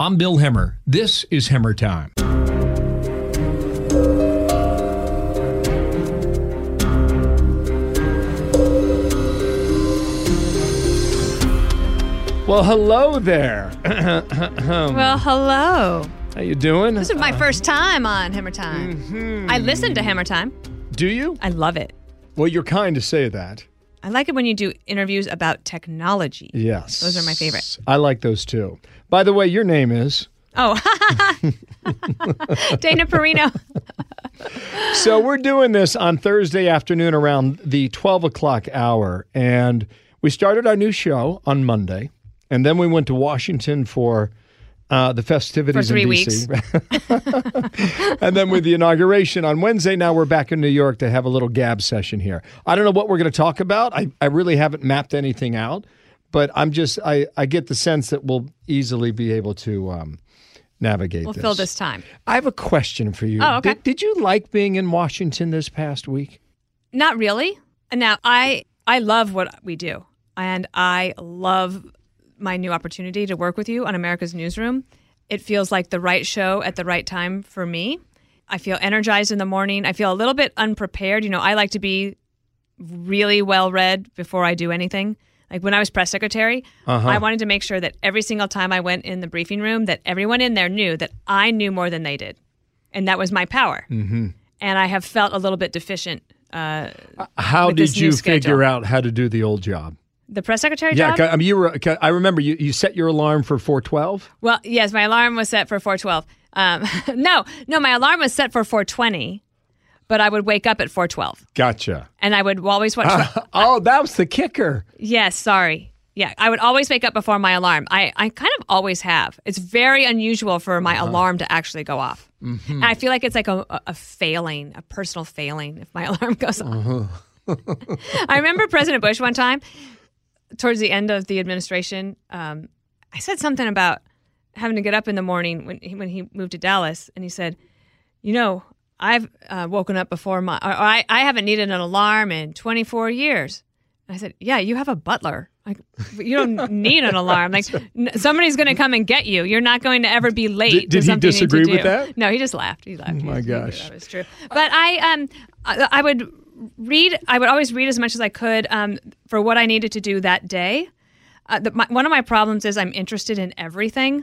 I'm Bill Hemmer. This is Hemmer Time. Well, hello there. Well, hello. How you doing? This is my first time on Hammer Time. I listen to Hammer Time. Do you? I love it. Well, you're kind to say that. I like it when you do interviews about technology. Yes. Those are my favorite. I like those too. By the way, your name is. Oh, Dana Perino. So we're doing this on Thursday afternoon around the 12 o'clock hour. And we started our new show on Monday. And then we went to Washington for uh, the festivities For three in DC. and then with the inauguration on Wednesday, now we're back in New York to have a little gab session here. I don't know what we're going to talk about. I, I really haven't mapped anything out, but I'm just, I, I get the sense that we'll easily be able to um, navigate We'll this. fill this time. I have a question for you. Oh, okay. Did, did you like being in Washington this past week? Not really. Now, I I love what we do, and I love my new opportunity to work with you on America's Newsroom. It feels like the right show at the right time for me. I feel energized in the morning. I feel a little bit unprepared. You know, I like to be really well read before I do anything. Like when I was press secretary, I wanted to make sure that every single time I went in the briefing room, that everyone in there knew that I knew more than they did, and that was my power. Mm-hmm. And I have felt a little bit deficient. Uh, How with did this new you schedule. figure out how to do the old job? the press secretary Yeah, job. 'cause, I mean, you were. 'cause I remember you, you set your alarm for four twelve. well, yes, my alarm was set for 4:12. Um, no, no, my alarm was set for 4:20, but I would wake up at 4:12, Gotcha. and I would always watch. oh, that was the kicker. Yes, sorry. Yeah, I would always wake up before my alarm. I, I kind of always have. It's very unusual for my alarm to actually go off. And I feel like it's like a, a failing, a personal failing if my alarm goes off. Uh-huh. I remember President Bush one time, towards the end of the administration, um, I said something about having to get up in the morning when he, when he moved to Dallas, and he said, "You know, I've uh, woken up before my, or I, I haven't needed an alarm in 24 years." And I said, "Yeah, you have a butler. Like, you don't need an alarm. Like, n- somebody's going to come and get you. You're not going to ever be Did- late." did to he something you need to disagree with do." that? No, he just laughed. He laughed. Oh my gosh. that was true. But I um I, I would read. I would always read as much as I could um for what I needed to do that day. Uh, the, my, one of my problems is I'm interested in everything,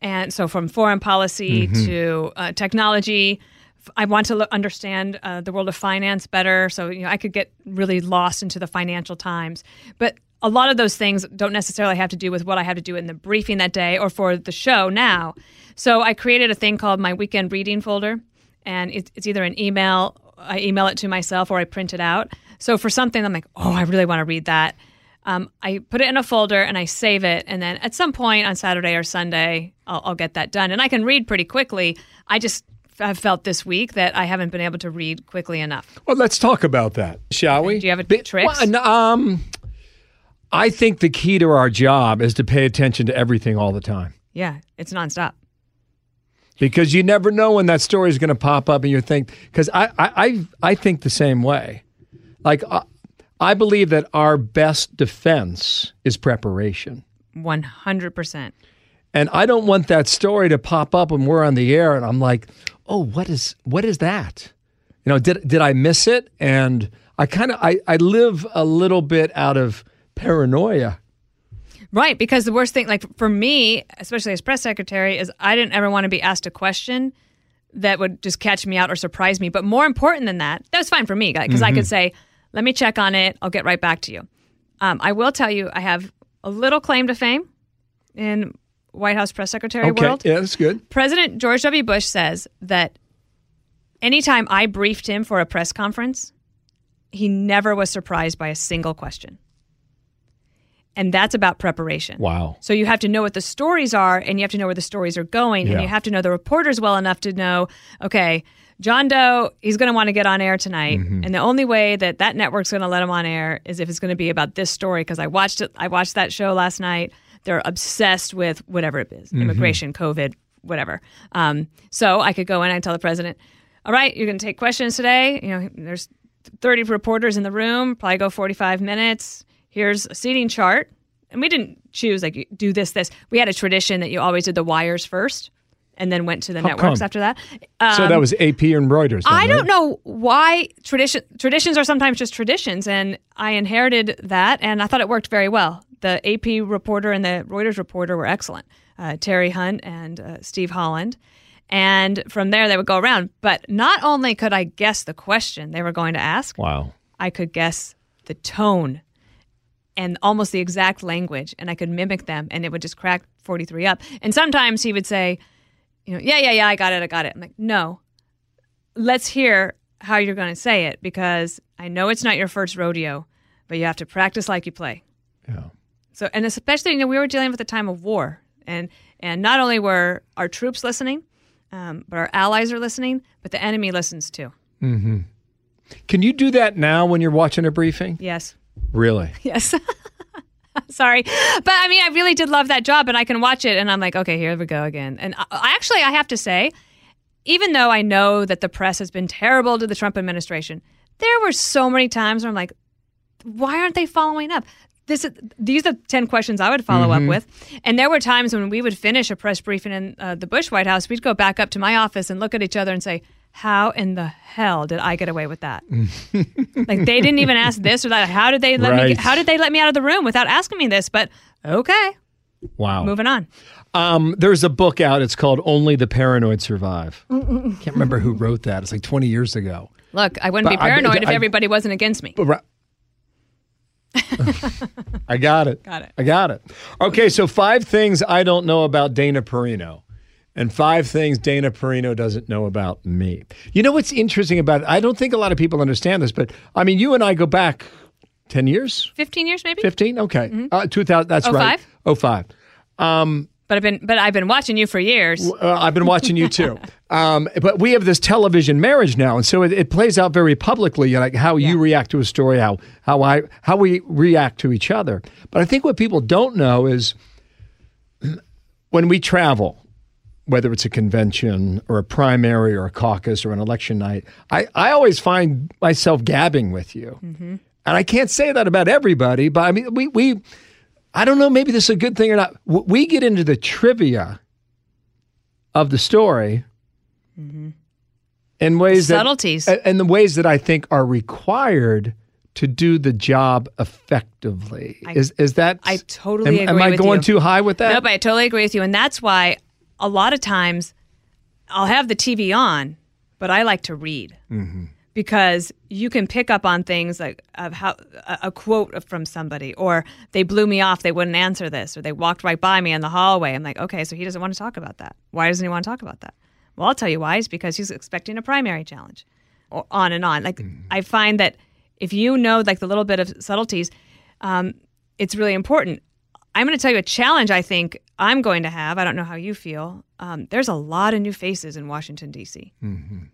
and so from foreign policy to uh, technology. f- I want to lo- understand uh, the world of finance better, so you know I could get really lost into the Financial Times. But a lot of those things don't necessarily have to do with what I have to do in the briefing that day or for the show now. So I created a thing called my weekend reading folder, and it's, it's either an email, I email it to myself, or I print it out. So for something, I'm like, oh, I really want to read that. Um, I put it in a folder and I save it, and then at some point on Saturday or Sunday, I'll, I'll get that done, and I can read pretty quickly. I just have felt this week that I haven't been able to read quickly enough. Well, let's talk about that, shall we? Do you have a Be- tricks? well, um, I think the key to our job is to pay attention to everything all the time Yeah, it's nonstop. because you never know when that story is going to pop up, and you think because I, I I I think the same way. Like I, I believe that our best defense is preparation. One hundred percent. and I don't want that story to pop up when we're on the air and I'm like, "Oh, what is what is that?" You know, did did I miss it? And I kind of I, I live a little bit out of paranoia. Right, because the worst thing, like for me, especially as press secretary, is I didn't ever want to be asked a question that would just catch me out or surprise me. But more important than that, that was fine for me because I could say, "Let me check on it. I'll get right back to you." Um, I will tell you, I have a little claim to fame in White House press secretary world. yeah, that's good. President George W. Bush says that anytime I briefed him for a press conference, he never was surprised by a single question. and that's about preparation. Wow. So you have to know what the stories are, and you have to know where the stories are going, Yeah. and you have to know the reporters well enough to know, okay, John Doe, he's going to want to get on air tonight, and the only way that that network's going to let him on air is if it's going to be about this story. Because I watched it, I watched that show last night. They're obsessed with whatever it is, immigration, COVID, whatever. Um, so I could go in and tell the president, all right, you're going to take questions today. You know, there's 30 reporters in the room, probably go 45 minutes. Here's a seating chart. And we didn't choose like do this, this. We had a tradition that you always did the wires first and then went to the networks come? after that. Um, So that was AP and Reuters. then, I right? don't know why tradition traditions are sometimes just traditions, and I inherited that, and I thought it worked very well. The AP reporter and the Reuters reporter were excellent, uh, Terry Hunt and uh, Steve Holland, and from there they would go around. But not only could I guess the question they were going to ask, Wow. I could guess the tone and almost the exact language, and I could mimic them, and it would just crack 43 up. And sometimes he would say, you know, yeah, yeah, yeah, I got it, I got it. I'm like, no, let's hear how you're going to say it because I know it's not your first rodeo, but you have to practice like you play. Yeah. So, and especially, you know, we were dealing with a time of war, and and not only were our troops listening, um, but our allies are listening, but the enemy listens too. Can you do that now when you're watching a briefing? Yes. Really? Yes. Sorry. But I mean, I really did love that job and I can watch it and I'm like, okay, here we go again. And I, I actually, I have to say, even though I know that the press has been terrible to the Trump administration, there were so many times where I'm like, why aren't they following up? This is, these are 10 questions I would follow Mm-hmm. up with. And there were times when we would finish a press briefing in uh, the Bush White House, we'd go back up to my office and look at each other and say, how in the hell did I get away with that? like they didn't even ask this or that. How did they let me Right. get, how did they let me out of the room without asking me this? But okay, Wow. moving on. Um, there's a book out. It's called Only the Paranoid Survive. Can't remember who wrote that. It's like 20 years ago. Look, I wouldn't be But I- paranoid if I- everybody wasn't against me. But ra- I got it. Got it. I got it. Okay, so five things I don't know about Dana Perino, and five things Dana Perino doesn't know about me. You know what's interesting about it? I don't think a lot of people understand this, but I mean, you and I go back 10 years, 15 years maybe? 15? Okay. Uh, 2000, that's right. 05? Oh five. But I've been but I've been watching you for years. Uh, I've been watching you too. Um, but we have this television marriage now, and so it, it plays out very publicly, you know, like how you react to a story, how how I how we react to each other. But I think what people don't know is when we travel, whether it's a convention or a primary or a caucus or an election night, I, I always find myself gabbing with you. Mm-hmm. And I can't say that about everybody, but I mean, we, we, I don't know, maybe this is a good thing or not. W- We get into the trivia of the story in ways that- Mm-hmm. Subtleties. a- and the ways that I think are required to do the job effectively. is is that I totally am, am agree I with going you. too high with that? No, but I totally agree with you. And that's why a lot of times I'll have the TV on, but I like to read because you can pick up on things like of how a, a quote from somebody, or they blew me off, they wouldn't answer this, or they walked right by me in the hallway. I'm like, okay, so he doesn't want to talk about that. Why doesn't he want to talk about that? Well, I'll tell you why. It's because he's expecting a primary challenge, or on and on. Like I find that if you know like the little bit of subtleties, um, it's really important. I'm going to tell you a challenge I think I'm going to have. I don't know how you feel. Um, there's a lot of new faces in Washington D.C.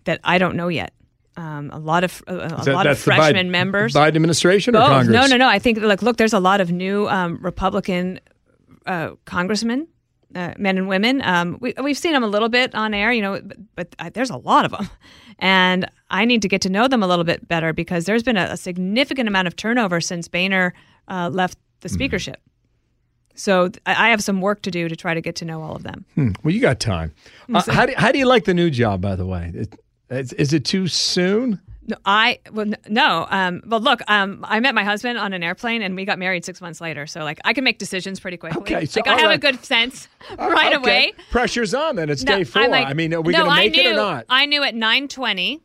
that I don't know yet. Um, a lot of a, a lot of freshman members. Biden administration or Both. Congress? Oh, No, no, no. I think like look, there's a lot of new um, Republican uh, congressmen, uh, men and women. Um, we we've seen them a little bit on air, you know, but, but I, there's a lot of them, and I need to get to know them a little bit better because there's been a, a significant amount of turnover since Boehner uh, left the Mm-hmm. speakership. So th- I I have some work to do to try to get to know all of them. Well, you got time. Uh, how, do, how do you like the new job, by the way? It, is, is it too soon? No, I well n- no. Um, well, look, um, I met my husband on an airplane, and we got married six months later. So like, I can make decisions pretty quickly. Okay, so, like I all have a right. Uh, good sense right Okay. away. Pressure's on then. It's No, day I'm four. like- I mean, are we no, going to I make it knew- or not? I knew at nine twenty,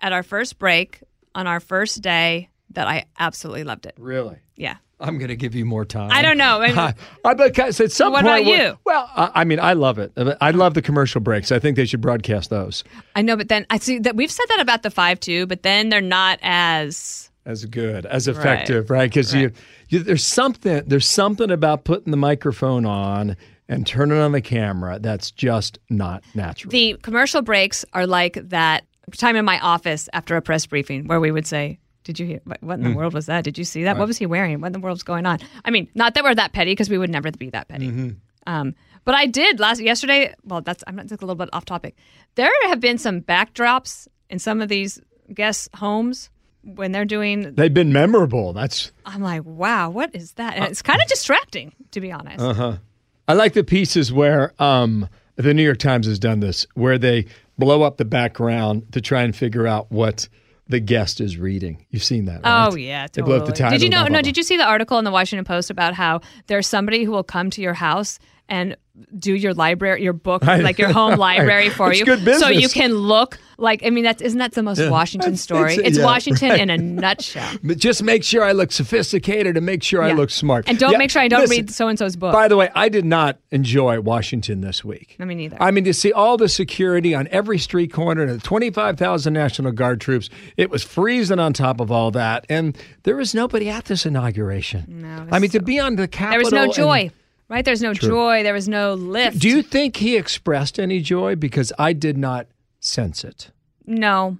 at our first break on our first day, that I absolutely loved it. really? Yeah, I'm going to give you more time. I don't know. I mean- I, I- because at some What point, about we're- you? Well, I, I mean, I love it. I love the commercial breaks. I think they should broadcast those. I know. But then I see that we've said that about the five two, but then they're not as as good, as effective, right? Because you, you, there's something, there's something about putting the microphone on and turning on the camera that's just not natural. The commercial breaks are like that time in my office after a press briefing where we would say, did you hear what, what in the world was that? Did you see that? What was he wearing? What in the world's going on? I mean, not that we're that petty because we would never be that petty. Um, but I did last yesterday. Well, that's I'm not that's a little bit off topic. There have been some backdrops in some of these guest homes when they're doing. They've been memorable. That's I'm like, wow, what is that? And it's kind of distracting, to be honest. I like the pieces where um, the New York Times has done this, where they blow up the background to try and figure out what the guest is reading. You've seen that, right? Oh yeah, They totally. blow up the title. Did you know? blah, blah, no, did you see the article in the Washington Post about how there's somebody who will come to your house and do your library, your book, like your home library for It's you, good so you business. can look like. I mean, that's isn't that the most Washington That's- story? it's- It's, yeah, Washington in a nutshell. But just make sure I look sophisticated and make sure I Yeah. look smart. And don't Yeah, make sure I don't listen, read so and so's book. By the way, I did not enjoy Washington this week. I mean, neither. I mean, to see all the security on every street corner and the 25,000 National Guard troops, it was freezing on top of all that. And there was nobody at this inauguration. No, I mean, to be on the Capitol. there was no and- joy, right? There's no joy. There was no lift. do you think he expressed any joy? Because I did not sense it. no,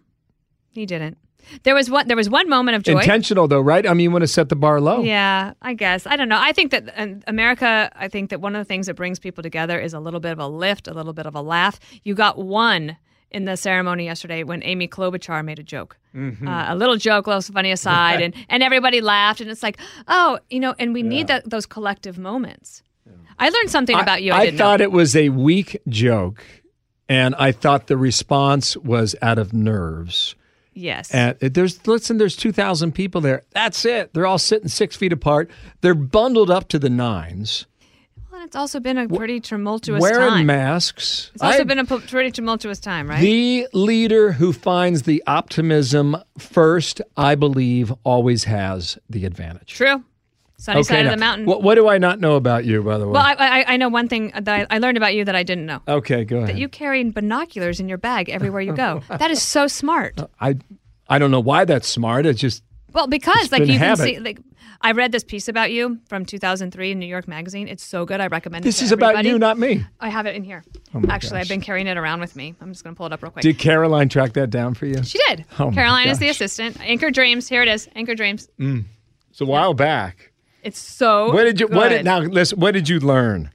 he didn't. There was one. There was one moment of joy. Intentional, though, right? I mean, you want to set the bar low. Yeah, I guess. I don't know. I think that in America, I think that one of the things that brings people together is a little bit of a lift, a little bit of a laugh. You got one in the ceremony yesterday when Amy Klobuchar made a joke, Mm-hmm. uh, a little joke, a little funny aside, and, and everybody laughed. And it's like, oh, you know, and we need that, those collective moments. I learned something I- about you. I, I, didn't know. thought it was a weak joke, and I thought the response was out of nerves. Yes. And it- there's listen, there's two thousand people there. That's it. They're all sitting six feet apart. They're bundled up to the nines, well, and it's also been a pretty tumultuous wearing time. masks. it's also I- been a pu- pretty tumultuous time, right? the leader who finds the optimism first, I believe, always has the advantage. True. Sunny side now, of the mountain. What, what do I not know about you, by the way? well, I, I, I know one thing that I, I learned about you that I didn't know. okay, go ahead. You carry binoculars in your bag everywhere you go. that is so smart. I I don't know why that's smart. It's just Well, because like been you habit. can see, like I read this piece about you from 2003 in New York Magazine. It's so good. I recommend. this it to is about everybody. you, not me. I have it in here. Actually, I've been carrying it around with me. I'm just gonna pull it up real quick. Did Caroline track that down for you? she did. Oh my Caroline is the gosh. assistant. Anchor Dreams. Here it is. Anchor Dreams. It's a while back. It's so. What did you? Good. What did now? Listen. What did you learn?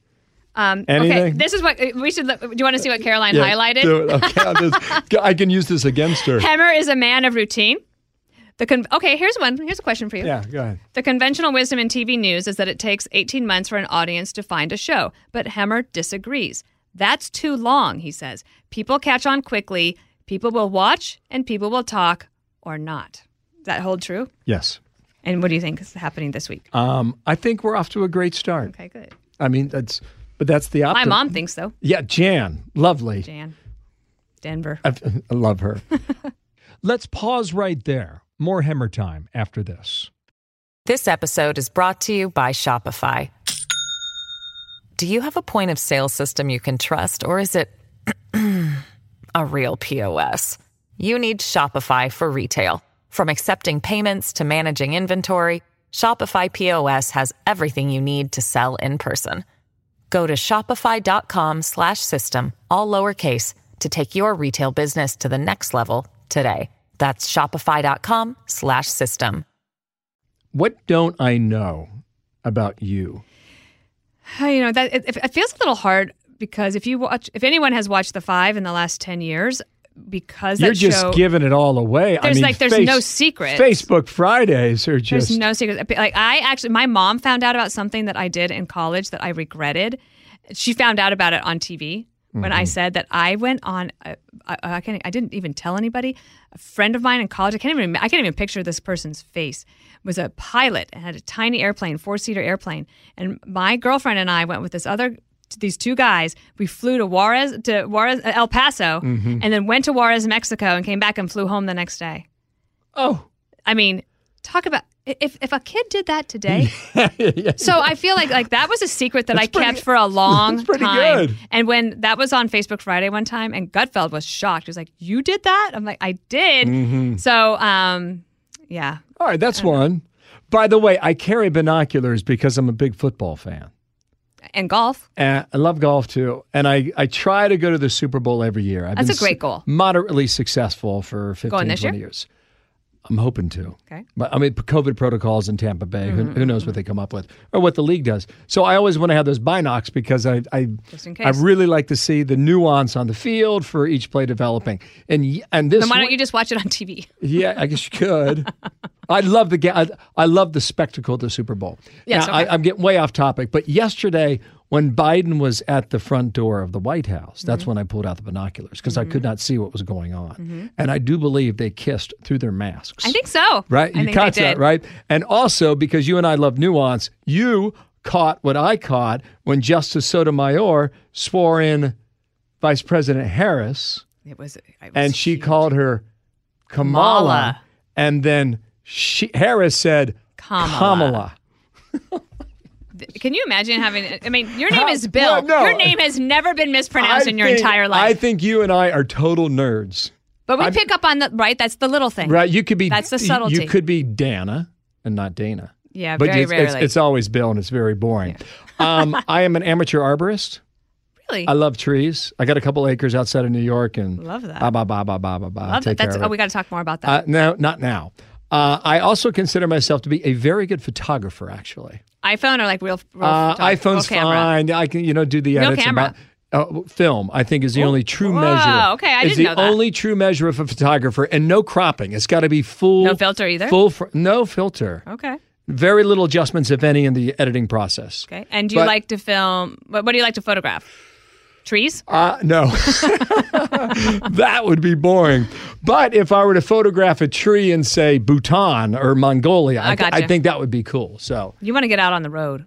Um, Okay. anything? This is what uh, we should. look- Do you want to see what Caroline Yeah, highlighted? do it. Okay, I'll just- I can use this against her. Hemmer is a man of routine. The con- okay. Here's one. Here's a question for you. Yeah, go ahead. The conventional wisdom in TV news is that it takes 18 months for an audience to find a show, but Hemmer disagrees. That's too long, he says. People catch on quickly, people will watch, and people will talk or not. Does that hold true? Yes. And what do you think is happening this week? Um, I think we're off to a great start. Okay, good. I mean, that's but that's the My optim- mom thinks so. Yeah, Jan, lovely. Jan, Denver. I, I love her. Let's pause right there. More Hemmer time after this. This episode is brought to you by Shopify. Do you have a point of sale system you can trust, or is it a real POS? You need Shopify for retail. From accepting payments to managing inventory, Shopify POS has everything you need to sell in person. Go to shopify.com slash system, all lowercase, to take your retail business to the next level today. That's shopify.com slash system. What don't I know about you? Uh, You know that it, it feels a little hard because if you watch, if anyone has watched The Five in the last 10 years, because You're that just show, giving it all away. I There's mean, like- there's no secrets. Facebook Fridays are just There's no secrets. Like I actually, my mom found out about something that I did in college that I regretted. She found out about it on TV when I said that I went on. A, I, I can't. I didn't even tell anybody. A friend of mine in college. I can't even. I can't even picture this person's face. Was a pilot and had a tiny airplane, four seater airplane. And my girlfriend and I went with this other. These two guys, we flew to Juarez, to Juarez, El Paso, and then went to Juarez, Mexico, and came back and flew home the next day. oh. I mean, talk about if if a kid did that today. So I feel like like that was a secret that I pretty- kept for a long that's pretty time. good. And when that was on Facebook Friday one time, Mm-hmm. and Gutfeld was shocked. He was like, "You did that?" I'm like, "I did." So um, Yeah. All right, Uh-huh. that's one. By the way, I carry binoculars because I'm a big football fan. And golf. And I love golf too. And I, I try to go to the Super Bowl every year. I've That's been a great su- goal. Moderately successful for 15, Going this 20 year? years. I'm hoping to. Okay. Mm-hmm, But I mean, p- COVID protocols in Tampa Bay, who, who knows what they come up with or what the league does. So I always want to have those binocs because I, I, Just in I case. really like to see the nuance on the field for each play developing. And, y- and this Then why one- don't you just watch it on TV? yeah, I guess you could. I love the ga- I, I love the spectacle of the Super Bowl. Yes, Now, okay. I, I'm getting way off topic, but yesterday when Biden was at the front door of the White House, that's Mm-hmm. when I pulled out the binoculars because I could not see what was going on, and I do believe they kissed through their masks. I think so. right? I you think caught they that did. right, and also because you and I love nuance, you caught what I caught when Justice Sotomayor swore in Vice President Harris It was. It was and she huge. called her Kamala, Kamala. and then she, Harris said Kamala. Kamala. Can you imagine having? I mean, your name How- is Bill. Well, no. Your name has never been mispronounced I in your think- entire I life. think you and I are total nerds, but we I'm- pick up on the right. That's the little thing. right? You could be That's the you- subtlety. You could be Dana and not Dana. Yeah, but very it's, it's- rarely. It's, always Bill, and it's very boring. um, I am an amateur arborist. Really? I love trees. I got a couple acres outside of New York, and Love that. Bah, bah, bah, bah, bah, bah, bah. Love Take that. That's. care of Oh, it. we got to talk more about that. uh, no, not now. Uh, I also consider myself to be a very good photographer, actually. iPhone or like real? real Uh, photog- real iPhone's camera? fine. I can, you know, do the No edits. camera. Oh, About, uh, film, I think, is the only true Whoa, measure. okay, I it's didn't the know that. only true measure of a photographer, and no cropping. It's got to be full. No filter either? Full, fr- no filter. Okay. Very little adjustments, if any, in the editing process. Okay. And do you But- like to film? What, what do you like to photograph? Trees. Uh, no, that would be boring. But if I were to photograph a tree in, say, Bhutan or Mongolia, I, gotcha. I think that would be cool. So. You want to get out on the road.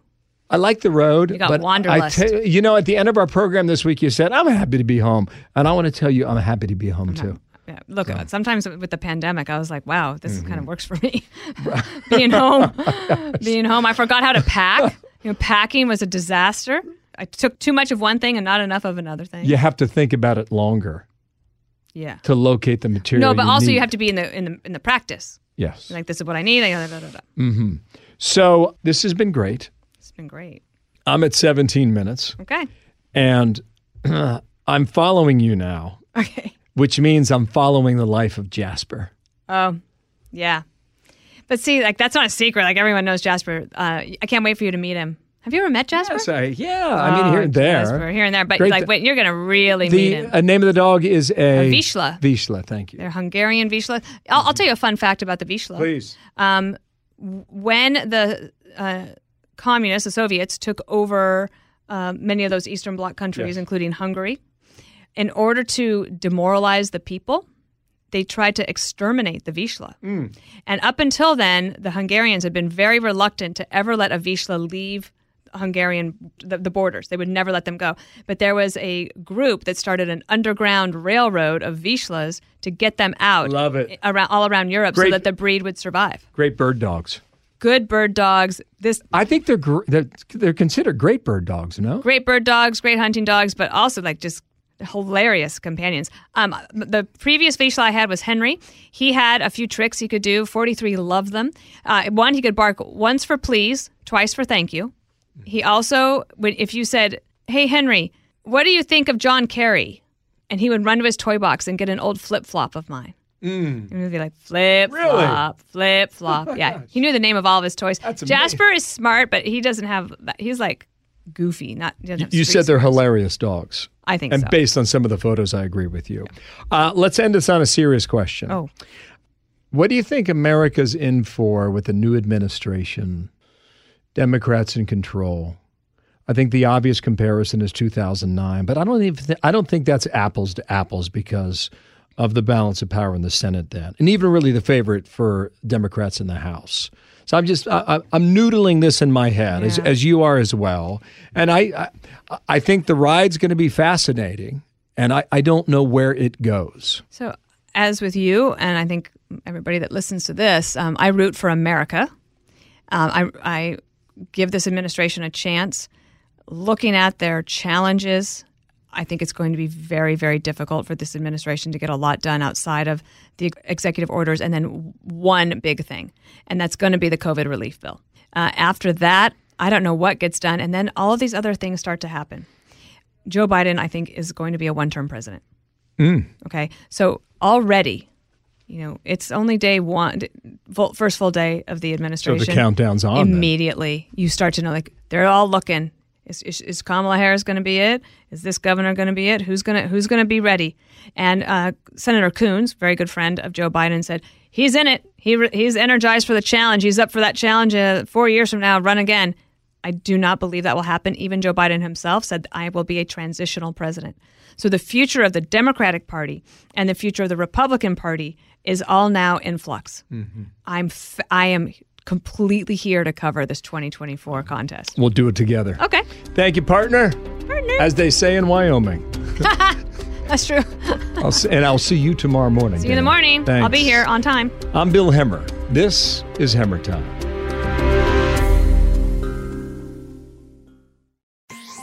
I like the road. You got but wanderlust. I tell- you know, at the end of our program this week, you said, I'm happy to be home. And I want to tell you, I'm happy to be home too. Yeah, look, sometimes with the pandemic, I was like, wow, this Mm-hmm. kind of works for me. being home, being home, I forgot how to pack. You know, packing was a disaster. I took too much of one thing and not enough of another thing. You have to think about it longer Yeah. to locate the material. No, but also need. you have to be in the in the in the practice. Yes. Like this is what I need. da, da, da, da, da. So this has been great. It's been great. I'm at 17 minutes Okay. and I'm following you now, Okay. which means I'm following the life of Jasper. Yeah. But see, like that's not a secret. Like everyone knows Jasper. Uh, I can't wait for you to meet him. Have you ever met Jasper? So, yeah. I mean, here and Oh, there. Jasper, here and there. But Great like, th- wait, you're gonna really meet The him. uh, name of the dog is a Vizsla. Vizsla, thank you. They're Hungarian Vizsla. I'll, I'll tell you a fun fact about the Vizsla. Please. When the uh, communists, the Soviets, took over uh, many of those Eastern Bloc Yes. countries, including Hungary, in order to demoralize the people, they tried to exterminate the Vizsla. Mm. And up until then, the Hungarians had been very reluctant to ever let a Vizsla leave Hungarian the, the borders. They would never let them go. But there was a group that started an underground railroad of Vizslas to get them out. Love it. Around all around Europe, so Great. that the breed would survive. Great bird dogs. Good bird dogs. This I think they're gr- they're, they're considered great bird dogs. No, great bird dogs, great hunting dogs, but also like just hilarious companions. Um, the previous facial I had was Henry. He had a few tricks he could do. Forty-three loved them. Uh, one, he could bark once for please, twice for thank you. He also, would, if you said, "Hey Henry, what do you think of John Kerry?" and he would run to his toy box and get an old flip flop of mine. Mm. And he'd be like flip flop, flip flop. yeah, he knew the name of all of his toys. That's amazing. Jasper is smart, but he doesn't have. That. He's like goofy. Not he doesn't have you street said they're smarts. hilarious dogs. I think and so. based on some of the photos, I agree with you. Uh, let's end this on a serious question. Oh. What do you think America's in for with the new administration, Democrats in control? I think the obvious comparison is 2009, but I don't even th- I don't think that's apples to apples because of the balance of power in the Senate then, and even really the favorite for Democrats in the House. So I'm just I, I- I'm noodling this in my head as, Yeah. as you are as well, and I I, I think the ride's going to be fascinating, and I, I don't know where it goes. So, as with you, and I think everybody that listens to this, um, I root for America. Um, I, I give this administration a chance. Looking at their challenges, I think it's going to be very, very difficult for this administration to get a lot done outside of the executive orders and then one big thing, and that's going to be the COVID relief bill. Uh, after that, I don't know what gets done, and then all of these other things start to happen. Joe Biden, I think, is going to be a one term president. Okay. So already, you know, it's only day one, full, first full day of the So administration. the countdown's on. then. Immediately, you start to know like they're all looking. Is, is, is Kamala Harris going to be it? Is this governor going to be it? Who's going to who's going to be ready? And uh, Senator Coons, very good friend of Joe Biden, said he's in it. He re- he's energized for the challenge. He's up for that challenge. Uh, four years from now, run again. I do not believe that will happen. Even Joe Biden himself said, I will be a transitional president. So the future of the Democratic Party and the future of the Republican Party is all now in flux. I'm f- I am completely here to cover this 2024 contest. We'll do it together. Okay, Thank you, partner. partner. As they say in Wyoming. That's true. I'll s and I'll see you tomorrow morning. See you in the morning. I'll be here on time. I'm Bill Hemmer. This is Hemmer Time.